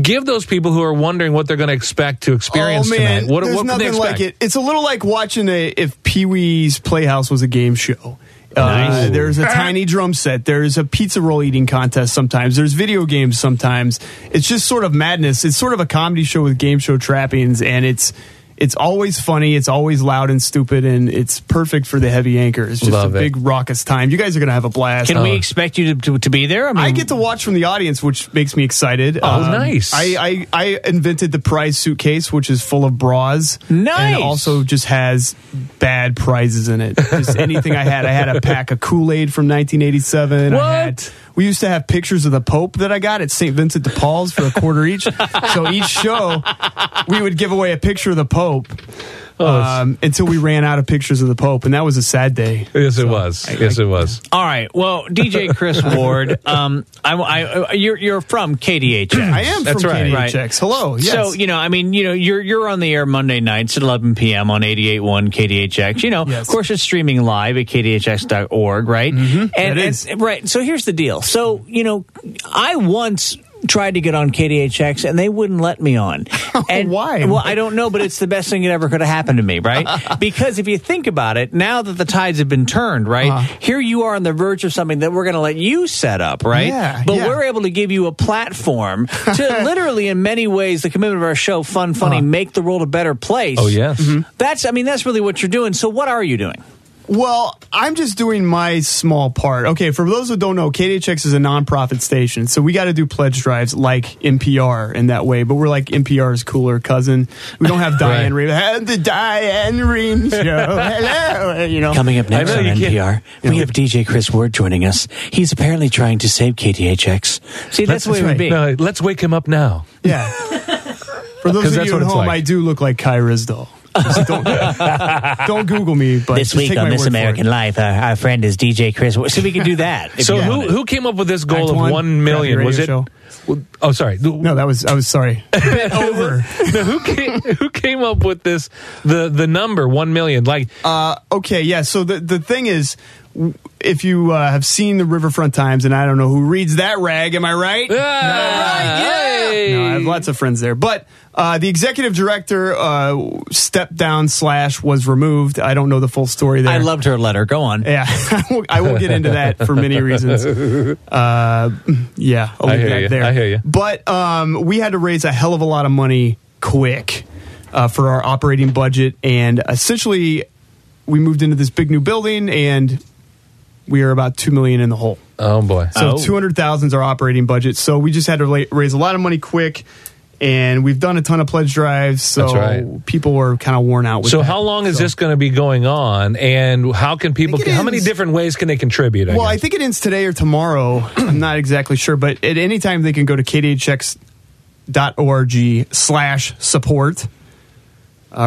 Speaker 3: give those people who are wondering what they're going to expect to experience
Speaker 8: oh, man,
Speaker 3: tonight? What,
Speaker 8: there's
Speaker 3: what can they
Speaker 8: nothing
Speaker 3: expect?
Speaker 8: like it. It's a little like watching a, if Pee Wee's Playhouse was a game show. Uh,
Speaker 3: Nice.
Speaker 8: There's a tiny drum set. There's a pizza roll eating contest sometimes. There's video games sometimes. It's just sort of madness. It's sort of a comedy show with game show trappings, and it's it's always funny. It's always loud and stupid, and it's perfect for the heavy anchor. It's just
Speaker 3: Love
Speaker 8: a
Speaker 3: it.
Speaker 8: big raucous time. You guys are gonna have a blast.
Speaker 2: Can we expect you to, to, to be there? I mean,
Speaker 8: Oh. I get to watch from the audience, which makes me excited. Oh,
Speaker 3: nice.
Speaker 8: I, I, I invented the prize suitcase, which is full of bras.
Speaker 2: Nice.
Speaker 8: And also just has bad prizes in it. Just anything I had. I had a pack of Kool Aid from 1987. I had-
Speaker 3: What?
Speaker 8: we used to have pictures of the Pope that I got at St. Vincent de Paul's for a quarter each. so each show, we would give away a picture of the Pope. um, until we ran out of pictures of the Pope, and that was a sad day.
Speaker 3: Yes, it was. yes, it was.
Speaker 2: all right. Well,
Speaker 8: <laughs>
Speaker 2: DJ Chris Ward, um, I, I, you're you're from KDHX.
Speaker 8: <clears throat> I am
Speaker 3: That's
Speaker 8: from
Speaker 3: right.
Speaker 8: KDHX. Hello. Yes.
Speaker 2: So you know, I mean, you know, you're you're on the air Monday nights at 11 p.m. on 88.1 KDHX. You know,
Speaker 8: Yes. Mm-hmm.
Speaker 2: of course, it's streaming live at kdhx.org, right? And, and
Speaker 8: is.
Speaker 2: right. So here's the deal. So you know, I once tried to get on KDHX and they wouldn't let me
Speaker 8: <laughs>
Speaker 2: on. And
Speaker 8: Why?
Speaker 2: Well, I don't know, but it's the best thing that ever could have happened to me,
Speaker 8: <laughs>
Speaker 2: right? because if you think about it, now that the tides have been turned, right?
Speaker 8: Uh-huh.
Speaker 2: Here you are on the verge of something that we're going to let you set up, right?
Speaker 8: Yeah,
Speaker 2: but
Speaker 8: yeah.
Speaker 2: we're able to give you a
Speaker 8: <laughs>
Speaker 2: platform to literally, in many ways, the commitment of our show, Fun Funny,
Speaker 8: Uh-huh.
Speaker 2: make the world a better place.
Speaker 3: Oh, yes. Mhm.
Speaker 8: Mm-hmm.
Speaker 2: That's, I mean, that's really what you're doing. So, what are you doing?
Speaker 8: Well, I'm just doing my small part. Okay, for those who don't know, KDHX is a nonprofit station, so we got to do pledge drives like NPR in that way. But we're like NPR's cooler cousin. We don't have Diane Rehm. Have the Diane Rehm show. Hello, you know.
Speaker 2: Coming up next
Speaker 3: know,
Speaker 2: on
Speaker 3: you can't-
Speaker 2: NPR, we have DJ Chris Ward joining us. He's apparently trying to save KDHX. See, that's, the way it would
Speaker 8: right.
Speaker 2: be.
Speaker 3: No, let's wake him up now.
Speaker 8: Yeah. For those
Speaker 3: 'Cause
Speaker 8: of
Speaker 3: that's
Speaker 8: you
Speaker 3: what
Speaker 8: at
Speaker 3: it's
Speaker 8: home,
Speaker 3: like.
Speaker 8: I do look like Kai Rizdal. So don't, don't Google me, but
Speaker 2: This
Speaker 8: just
Speaker 2: week
Speaker 8: take
Speaker 2: on
Speaker 8: my
Speaker 2: This
Speaker 8: word for it.
Speaker 2: American Life, our, our friend is DJ Chris Ward. So, we can do that. if
Speaker 3: So
Speaker 2: you
Speaker 3: who
Speaker 2: want it.
Speaker 3: who came up with this goal
Speaker 8: Act
Speaker 3: of
Speaker 8: one,
Speaker 3: one million?
Speaker 8: crappy
Speaker 3: Was
Speaker 8: radio
Speaker 3: it?
Speaker 8: show.
Speaker 3: Well, Oh, sorry. <laughs>
Speaker 8: No, that was I was sorry. Bit <laughs> over.
Speaker 3: No, who came who came up with this the the number one million? Like
Speaker 8: Uh, okay, yeah. So the the thing is, w- if you uh, have seen the Riverfront Times, and I don't know who reads that rag, am I
Speaker 3: ah,
Speaker 8: right? No, I have lots of friends there. But uh, the executive director uh, stepped down slash was removed. I don't know the full story there.
Speaker 2: I loved her letter. Go on.
Speaker 8: Yeah, <laughs> I won't- I won't get into that for many reasons.
Speaker 3: <laughs>
Speaker 8: Uh, yeah, I'll
Speaker 3: I
Speaker 8: leave
Speaker 3: hear
Speaker 8: that
Speaker 3: you.
Speaker 8: there.
Speaker 3: I hear you.
Speaker 8: But um, we had to raise a hell of a lot of money quick uh, for our operating budget, and essentially, we moved into this big new building, and we are about two million in the hole.
Speaker 3: Oh boy.
Speaker 8: So
Speaker 2: Oh.
Speaker 8: two hundred thousand is our operating budget. So we just had to la- raise a lot of money quick. And we've done a ton of pledge drives, so
Speaker 3: That's right.
Speaker 8: people were kind of worn out. with
Speaker 3: So
Speaker 8: that.
Speaker 3: how long is
Speaker 8: So-
Speaker 3: this going to be going on, and how can people?
Speaker 8: it
Speaker 3: How many
Speaker 8: ends-
Speaker 3: different ways can they contribute?
Speaker 8: Well, I
Speaker 3: guess?
Speaker 8: think it ends today or tomorrow. <clears throat> I'm not exactly sure, but at any time they can go to kdhx.org slash support. uh,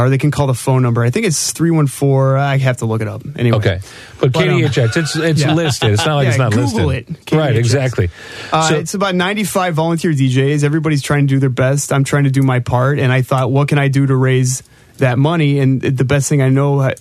Speaker 8: Or they can call the phone number. I think it's 314. I have to look it up. Anyway.
Speaker 3: okay, but
Speaker 8: But, um,
Speaker 3: KDHX, it's it's
Speaker 8: yeah.
Speaker 3: listed. It's not like
Speaker 8: Yeah,
Speaker 3: it's not
Speaker 8: Google
Speaker 3: listed.
Speaker 8: it,
Speaker 3: Right,
Speaker 8: KDHX.
Speaker 3: exactly.
Speaker 8: Uh,
Speaker 3: so
Speaker 8: it's about 95 volunteer DJs. Everybody's trying to do their best. I'm trying to do my part. And I thought, what can I do to raise that money? And the best thing I know h-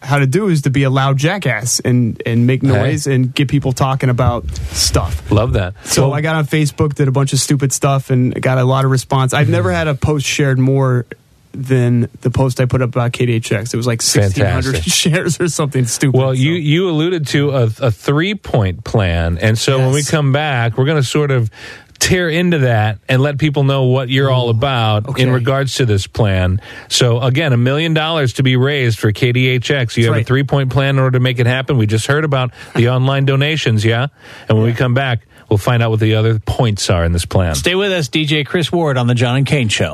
Speaker 8: how to do is to be a loud jackass and, and make noise and get people talking about stuff.
Speaker 3: love that.
Speaker 8: So
Speaker 3: Well,
Speaker 8: I got on Facebook, did a bunch of stupid stuff, and got a lot of response. I've never had a post shared more than the post I put up about KDHX. It was like sixteen hundred
Speaker 3: Fantastic.
Speaker 8: <laughs> shares or something stupid.
Speaker 3: Well, you,
Speaker 8: so-
Speaker 3: you alluded to a, a three point plan. And so when we
Speaker 8: Yes.
Speaker 3: come back, we're going to sort of tear into that and let people know what you're all about
Speaker 8: okay.
Speaker 3: in regards to this plan. So again, a million dollars to be raised for KDHX. You have a
Speaker 8: right.
Speaker 3: three point plan in order to make it happen. We just heard about the
Speaker 8: <laughs>
Speaker 3: online donations, yeah? And when we come back, we'll find out what the other points are in this plan.
Speaker 2: Stay with us, DJ Chris Ward on the John and Kane Show.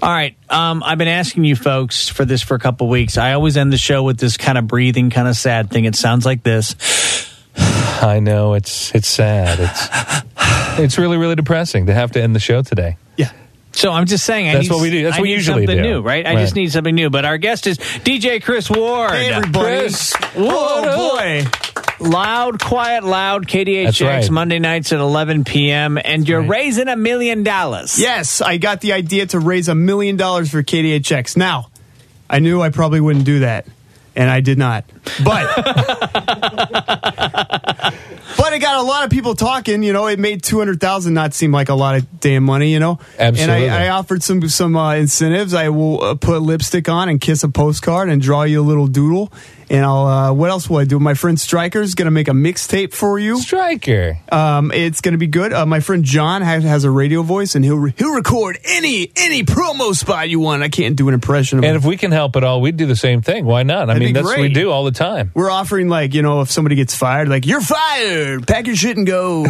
Speaker 2: All right. Um, I've been asking you folks for this for a couple weeks. I always end the show with this kind of breathing, kind of sad thing. It sounds like this.
Speaker 3: I know it's it's sad. It's
Speaker 8: <laughs>
Speaker 3: it's really really depressing to have to end the show today.
Speaker 8: yeah.
Speaker 2: So I'm just saying. I
Speaker 3: That's
Speaker 2: need-
Speaker 3: what we do. That's
Speaker 2: I
Speaker 3: what
Speaker 2: need
Speaker 3: we usually
Speaker 2: something
Speaker 3: do.
Speaker 2: new, right? I
Speaker 3: Right.
Speaker 2: just need something new. But our guest is DJ Chris Ward.
Speaker 8: Hey, everybody.
Speaker 3: Chris,
Speaker 8: oh boy.
Speaker 2: Loud, quiet, loud.
Speaker 3: That's
Speaker 2: KDHX
Speaker 3: right.
Speaker 2: Monday nights at 11 p.m. And you're raising a million dollars.
Speaker 8: Yes, I got the idea to raise a million dollars for KDHX. Now, I knew I probably wouldn't do that, and I did not. But <laughs> but it got a lot of people talking. You know, it made two hundred thousand not seem like a lot of damn money. You know,
Speaker 3: Absolutely.
Speaker 8: And I, I offered some some uh, incentives. I will uh, put lipstick on and kiss a postcard and draw you a little doodle. And I'll uh, what else will I do? My friend Striker's gonna make a mixtape for you.
Speaker 3: Striker.
Speaker 8: Um, it's going to be good. Uh, my friend John has, has a radio voice, and he'll he'll record any any promo spot you want. I can't do an impression of
Speaker 3: And
Speaker 8: him.
Speaker 3: if we can help at all, we'd do the same thing. Why not? I
Speaker 8: That'd
Speaker 3: mean,
Speaker 8: be
Speaker 3: that's what we
Speaker 8: great.
Speaker 3: do all the time.
Speaker 8: We're offering like you know if somebody gets fired, like you're fired, pack your shit and go,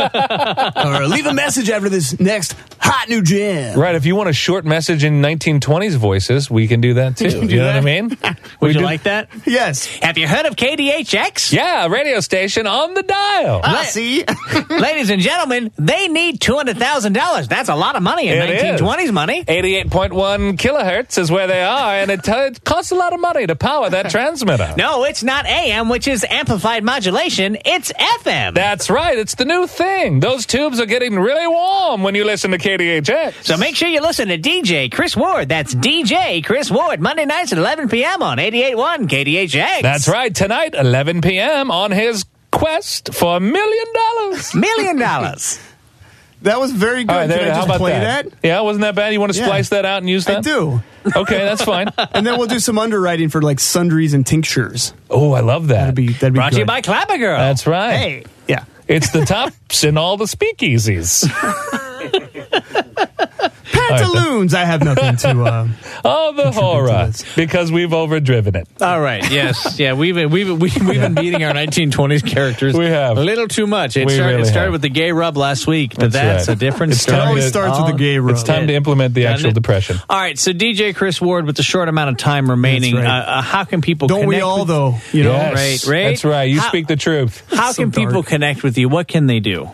Speaker 8: or leave a message after this next hot new jam.
Speaker 3: Right. If you want a short message in 1920s voices, we can do that too.
Speaker 8: can
Speaker 3: you
Speaker 8: do
Speaker 3: know what I
Speaker 8: that.
Speaker 3: mean?
Speaker 2: Would
Speaker 3: We
Speaker 2: you
Speaker 3: do-
Speaker 2: like that?
Speaker 8: Yes.
Speaker 2: Have you heard of KDHX?
Speaker 3: Yeah, radio station on the dial.
Speaker 8: I see. <laughs>
Speaker 2: Ladies and gentlemen, they need $200,000. That's a lot of money in
Speaker 3: It is.
Speaker 2: 1920s money.
Speaker 3: 88.1 kilohertz is where they are, and it, t- it costs a lot of money to power that transmitter.
Speaker 2: No, it's not AM, which is amplified modulation. It's FM.
Speaker 3: That's right. It's the new thing. Those tubes are getting really warm when you listen to KDHX.
Speaker 2: so make sure you listen to DJ Chris Ward. That's DJ Chris Ward, Monday nights at 11 p.m. on 88.1 KDHX.
Speaker 3: That's right. Tonight, 11 p.m. on his quest for a million dollars.
Speaker 2: Million
Speaker 3: <laughs>
Speaker 2: dollars.
Speaker 8: That was very good.
Speaker 3: All right, there.
Speaker 8: Can I
Speaker 3: how
Speaker 8: just
Speaker 3: about
Speaker 8: play
Speaker 3: that?
Speaker 8: that?
Speaker 3: Yeah, wasn't that bad? You want to
Speaker 8: Yeah.
Speaker 3: splice that out and use that?
Speaker 8: I do.
Speaker 3: Okay, that's
Speaker 8: <laughs>
Speaker 3: fine.
Speaker 8: And then we'll do some underwriting for like sundries and tinctures.
Speaker 3: oh, I love that.
Speaker 8: That'd be that'd be
Speaker 2: Brought to you
Speaker 8: good.
Speaker 2: by Clapper Girl.
Speaker 3: that's right.
Speaker 2: Hey.
Speaker 8: yeah.
Speaker 3: It's the tops in all the
Speaker 8: <laughs>
Speaker 3: speakeasies.
Speaker 8: Pantaloons. I have nothing to. Uh,
Speaker 3: Oh, the horror.
Speaker 8: ridiculous.
Speaker 3: Because we've overdriven it.
Speaker 2: All right. <laughs> Yes. Yeah. We've been, we've we've, we've been beating our 1920s characters.
Speaker 3: We have.
Speaker 2: a little too much. It,
Speaker 3: We
Speaker 2: started,
Speaker 3: really
Speaker 2: it started
Speaker 3: have.
Speaker 2: with the gay rub last week, but
Speaker 3: That's
Speaker 2: that's,
Speaker 3: right.
Speaker 2: a different
Speaker 3: It's
Speaker 2: story.
Speaker 3: time
Speaker 8: it always
Speaker 3: to-
Speaker 8: starts with the gay rub.
Speaker 3: It's time to implement the
Speaker 2: Done
Speaker 3: actual
Speaker 2: it.
Speaker 3: depression.
Speaker 2: All right. So DJ Chris Ward, with the short amount of time remaining,
Speaker 8: right.
Speaker 2: uh, uh, how can people
Speaker 8: Don't we
Speaker 2: connect
Speaker 8: all
Speaker 2: with-
Speaker 8: though? You know.
Speaker 3: Yes,
Speaker 2: Right, right.
Speaker 3: That's right. You
Speaker 2: How-
Speaker 3: speak the truth.
Speaker 2: How
Speaker 8: So
Speaker 2: can
Speaker 8: dark.
Speaker 2: people connect with you? What can they do?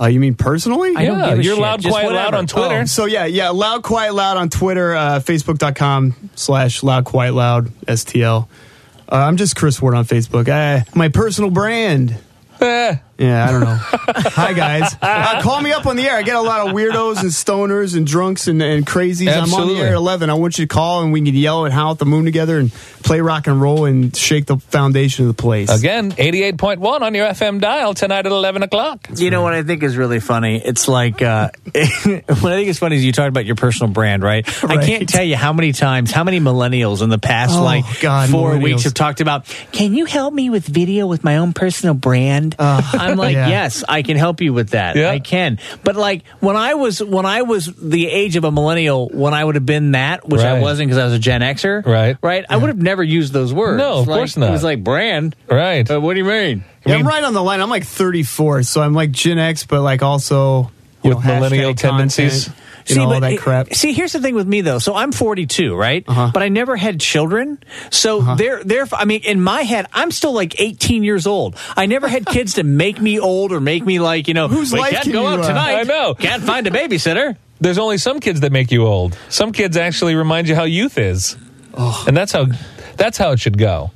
Speaker 8: Uh, you mean personally?
Speaker 2: I don't
Speaker 3: Yeah,
Speaker 2: give a
Speaker 3: Ah, you're
Speaker 2: shit.
Speaker 3: loud,
Speaker 2: Just
Speaker 3: quiet, loud
Speaker 2: whatever.
Speaker 3: on Twitter.
Speaker 8: Oh, so yeah, yeah. Loud Quiet Loud on Twitter, uh, Facebook.com slash Loud Quiet Loud STL. Uh, I'm just Chris Ward on Facebook. I, my personal brand.
Speaker 3: Eh,
Speaker 8: Yeah, I
Speaker 3: <laughs>
Speaker 8: don't know. Hi guys, uh, call me up on the air. I get a lot of weirdos and stoners and drunks and, and crazies. I'm on
Speaker 3: Absolutely.
Speaker 8: the air at eleven. I want you to call and we can yell and howl at the moon together and play rock and roll and shake the foundation of the place.
Speaker 3: again, 88.1 on your FM dial tonight at 11 o'clock.
Speaker 2: You know what I think is really funny? It's like uh, <laughs> what I think is funny is you talked about your personal brand, right? I can't
Speaker 8: Right.
Speaker 2: tell you how many times, how many millennials in the past
Speaker 8: Oh,
Speaker 2: like
Speaker 8: God,
Speaker 2: four
Speaker 8: millennials.
Speaker 2: weeks have talked about. Can you help me with video with my own personal brand? I'm like,
Speaker 8: yeah.
Speaker 2: yes, I can help you with that.
Speaker 3: Yeah.
Speaker 2: I can. But like when I was when I was the age of a millennial, when I would have been that, which
Speaker 3: Right.
Speaker 2: I wasn't because I was a Gen Xer,
Speaker 3: Right.
Speaker 2: Right, I would have never used those words.
Speaker 3: No, of
Speaker 2: Like,
Speaker 3: course not.
Speaker 2: It was like brand.
Speaker 3: Right.
Speaker 2: Uh, what do you mean?
Speaker 8: Yeah, I'm right on the line. I'm like 34, so I'm like Gen X, but like also you
Speaker 3: With
Speaker 8: know, hashtag
Speaker 3: millennial tendencies.
Speaker 8: content, you know, all
Speaker 2: but
Speaker 8: that
Speaker 2: it-
Speaker 8: crap. Uh-huh.
Speaker 2: See, here's the thing with me though. So I'm 42, right? But I never had children, so there, there. I mean, in my head, I'm still like 18 years old. I never had kids to make me old or make me like you know.
Speaker 8: Whose
Speaker 2: we
Speaker 8: life
Speaker 2: can't
Speaker 8: can
Speaker 2: go
Speaker 8: you,
Speaker 2: out
Speaker 8: uh,
Speaker 2: tonight.
Speaker 3: I know.
Speaker 2: Can't find a babysitter.
Speaker 3: There's only some kids that make you old. Some kids actually remind you how youth is. And that's how that's how it should go.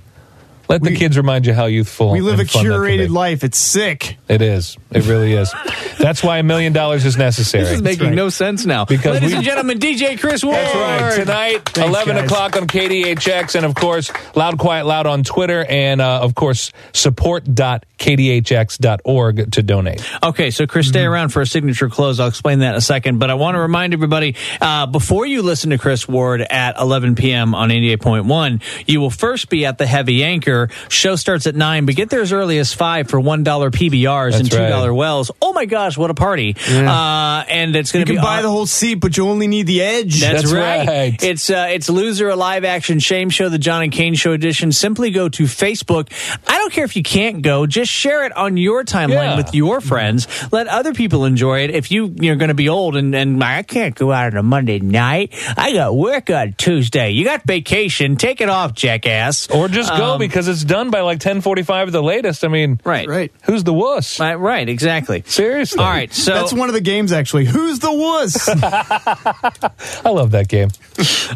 Speaker 3: Let the
Speaker 8: We-
Speaker 3: kids remind you how youthful.
Speaker 8: We live a
Speaker 3: and fun that can
Speaker 8: curated
Speaker 3: be.
Speaker 8: life. It's sick.
Speaker 3: It is. It really is. That's why a million dollars is necessary.
Speaker 2: This is making no sense now.
Speaker 3: Because
Speaker 2: Ladies
Speaker 3: we-
Speaker 2: and gentlemen, DJ Chris Ward.
Speaker 3: That's right. Tonight,
Speaker 8: Thanks,
Speaker 3: 11
Speaker 8: guys.
Speaker 3: o'clock on KDHX, and of course, Loud Quiet Loud on Twitter, and uh, of course, support.kdhx.org to donate.
Speaker 2: Okay, so Chris, stay
Speaker 8: Mm-hmm.
Speaker 2: around for a signature close. I'll explain that in a second. But I want to remind everybody uh, before you listen to Chris Ward at 11 p.m. on 88.1, you will first be at the Heavy Anchor. Show starts at 9, but get there as early as 5 for $1 PBRs and
Speaker 3: That's right.
Speaker 2: $2 wells. Oh my gosh, what a party. Uh, and it's going
Speaker 8: You
Speaker 2: to be.
Speaker 8: can buy
Speaker 2: on-
Speaker 8: the whole seat, but you only need the edge.
Speaker 2: That's,
Speaker 3: That's
Speaker 2: right.
Speaker 3: right.
Speaker 2: It's uh, it's loser a live action shame show, the John and Kane show edition. Simply go to Facebook. I don't care if you can't go; just share it on your timeline
Speaker 3: Yeah.
Speaker 2: with your friends. Let other people enjoy it. If you you're going to be old and and I can't go out on a Monday night, I got work on Tuesday. You got vacation. Take it off, jackass.
Speaker 3: Or just go because it's done by like 1045 at the latest. I mean,
Speaker 2: Right.
Speaker 8: Um, Right.
Speaker 3: who's the wuss?
Speaker 2: Right, Uh, right, exactly.
Speaker 3: Seriously.
Speaker 2: All right, so
Speaker 8: That's one of the games, actually. Who's the wuss?
Speaker 3: I love that game.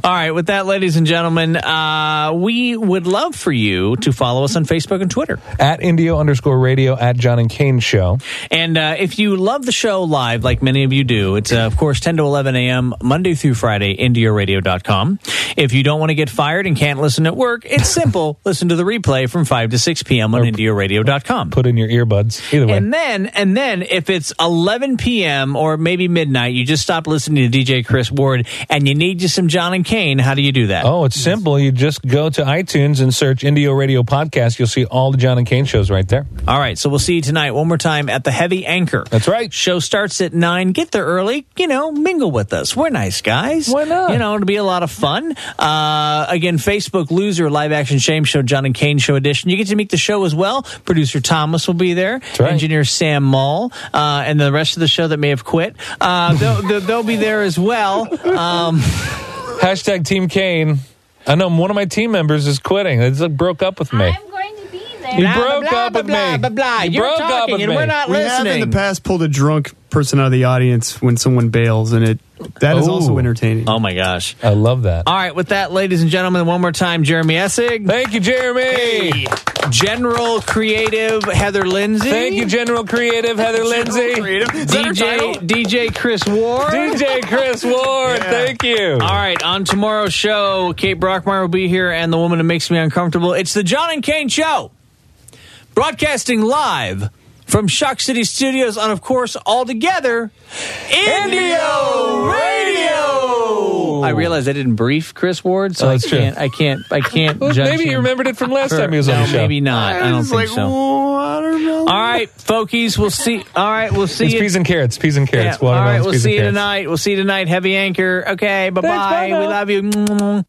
Speaker 2: All right, with that, ladies and gentlemen, uh, we would love for you to follow us on Facebook and Twitter.
Speaker 3: At Indio underscore radio, at John and Kane show.
Speaker 2: And uh, if you love the show live, like many of you do, it's, uh, of course, 10 to 11 a.m., Monday through Friday, indioradio.com. If you don't want to get fired and can't listen at work, it's simple. <laughs> listen to the replay from 5 to 6 p.m. on indioradio.com.
Speaker 3: Put in your earbuds. Either way.
Speaker 2: And then, and then, if it's 11 p.m. or maybe midnight, you just stop listening to DJ Chris Ward, and you need you some John and Kane. How do you do that?
Speaker 3: Oh, it's simple. You just go to iTunes and search Indio Radio Podcast. You'll see all the John and Kane shows right there.
Speaker 2: All right, so we'll see you tonight one more time at the Heavy Anchor.
Speaker 3: That's right.
Speaker 2: Show starts at nine. Get there early. You know, mingle with us. We're nice guys.
Speaker 3: Why not?
Speaker 2: You know, it'll be a lot of fun. Uh, again, Facebook loser live action shame show, John and Kane show edition. You get to meet the show as well. Producer Thomas will be there.
Speaker 3: right.
Speaker 2: Engineer Sam Mull, uh, and the rest of the show that may have quit. Uh, they'll, they'll, they'll be there as
Speaker 3: <laughs>
Speaker 2: well. Um,
Speaker 3: Hashtag Team Kane. I know one of my team members is quitting. They just broke up with me.
Speaker 9: I'm going to be there.
Speaker 3: You
Speaker 2: blah,
Speaker 3: broke
Speaker 2: blah,
Speaker 3: up
Speaker 2: blah,
Speaker 3: with
Speaker 2: blah,
Speaker 3: me.
Speaker 2: Blah, blah.
Speaker 3: You
Speaker 2: You're
Speaker 3: broke up
Speaker 2: talking
Speaker 3: with
Speaker 2: and
Speaker 3: me.
Speaker 2: we're not
Speaker 8: we have
Speaker 2: listening.
Speaker 8: in the past pulled a drunk person out of the audience when someone bails, and it that is
Speaker 3: Ooh.
Speaker 8: also entertaining.
Speaker 2: oh my gosh.
Speaker 3: I love that.
Speaker 2: All right, with that, ladies and gentlemen, one more time, Jeremy Essig,
Speaker 3: Thank you, Jeremy.
Speaker 2: General Creative Heather Lindsay,
Speaker 3: Thank you, General Creative Heather Lindsay.
Speaker 2: DJ DJ Chris Ward.
Speaker 3: DJ Chris Ward. Thank
Speaker 2: <laughs>
Speaker 3: you.
Speaker 2: All right, on tomorrow's show, Kate Brockmeyer will be here, and the woman who makes me uncomfortable. It's the John and Kane Show, broadcasting live from Shock City Studios, and of course, all together, Indio Radio. I realized I didn't brief Chris Ward, so
Speaker 3: Oh,
Speaker 2: I
Speaker 3: that's true.
Speaker 2: can't, I can't, I <laughs> can't.
Speaker 3: Well,
Speaker 2: judge
Speaker 3: maybe
Speaker 2: him.
Speaker 3: you remembered it from last time he was on
Speaker 2: no,
Speaker 3: the show.
Speaker 2: maybe not. I, don't
Speaker 8: It's
Speaker 2: think
Speaker 8: like
Speaker 2: so.
Speaker 8: watermelon.
Speaker 2: All right, folkies, we'll see. All right, we'll see
Speaker 3: It's
Speaker 2: you.
Speaker 3: peas and carrots. Peas and
Speaker 2: Yeah,
Speaker 3: carrots.
Speaker 2: All right,
Speaker 3: Watermelons,
Speaker 2: we'll
Speaker 3: peas and
Speaker 2: see you
Speaker 3: carrots.
Speaker 2: tonight. We'll see you tonight. Heavy anchor. Okay, bye
Speaker 3: bye
Speaker 2: bye. We
Speaker 3: now.
Speaker 2: love you.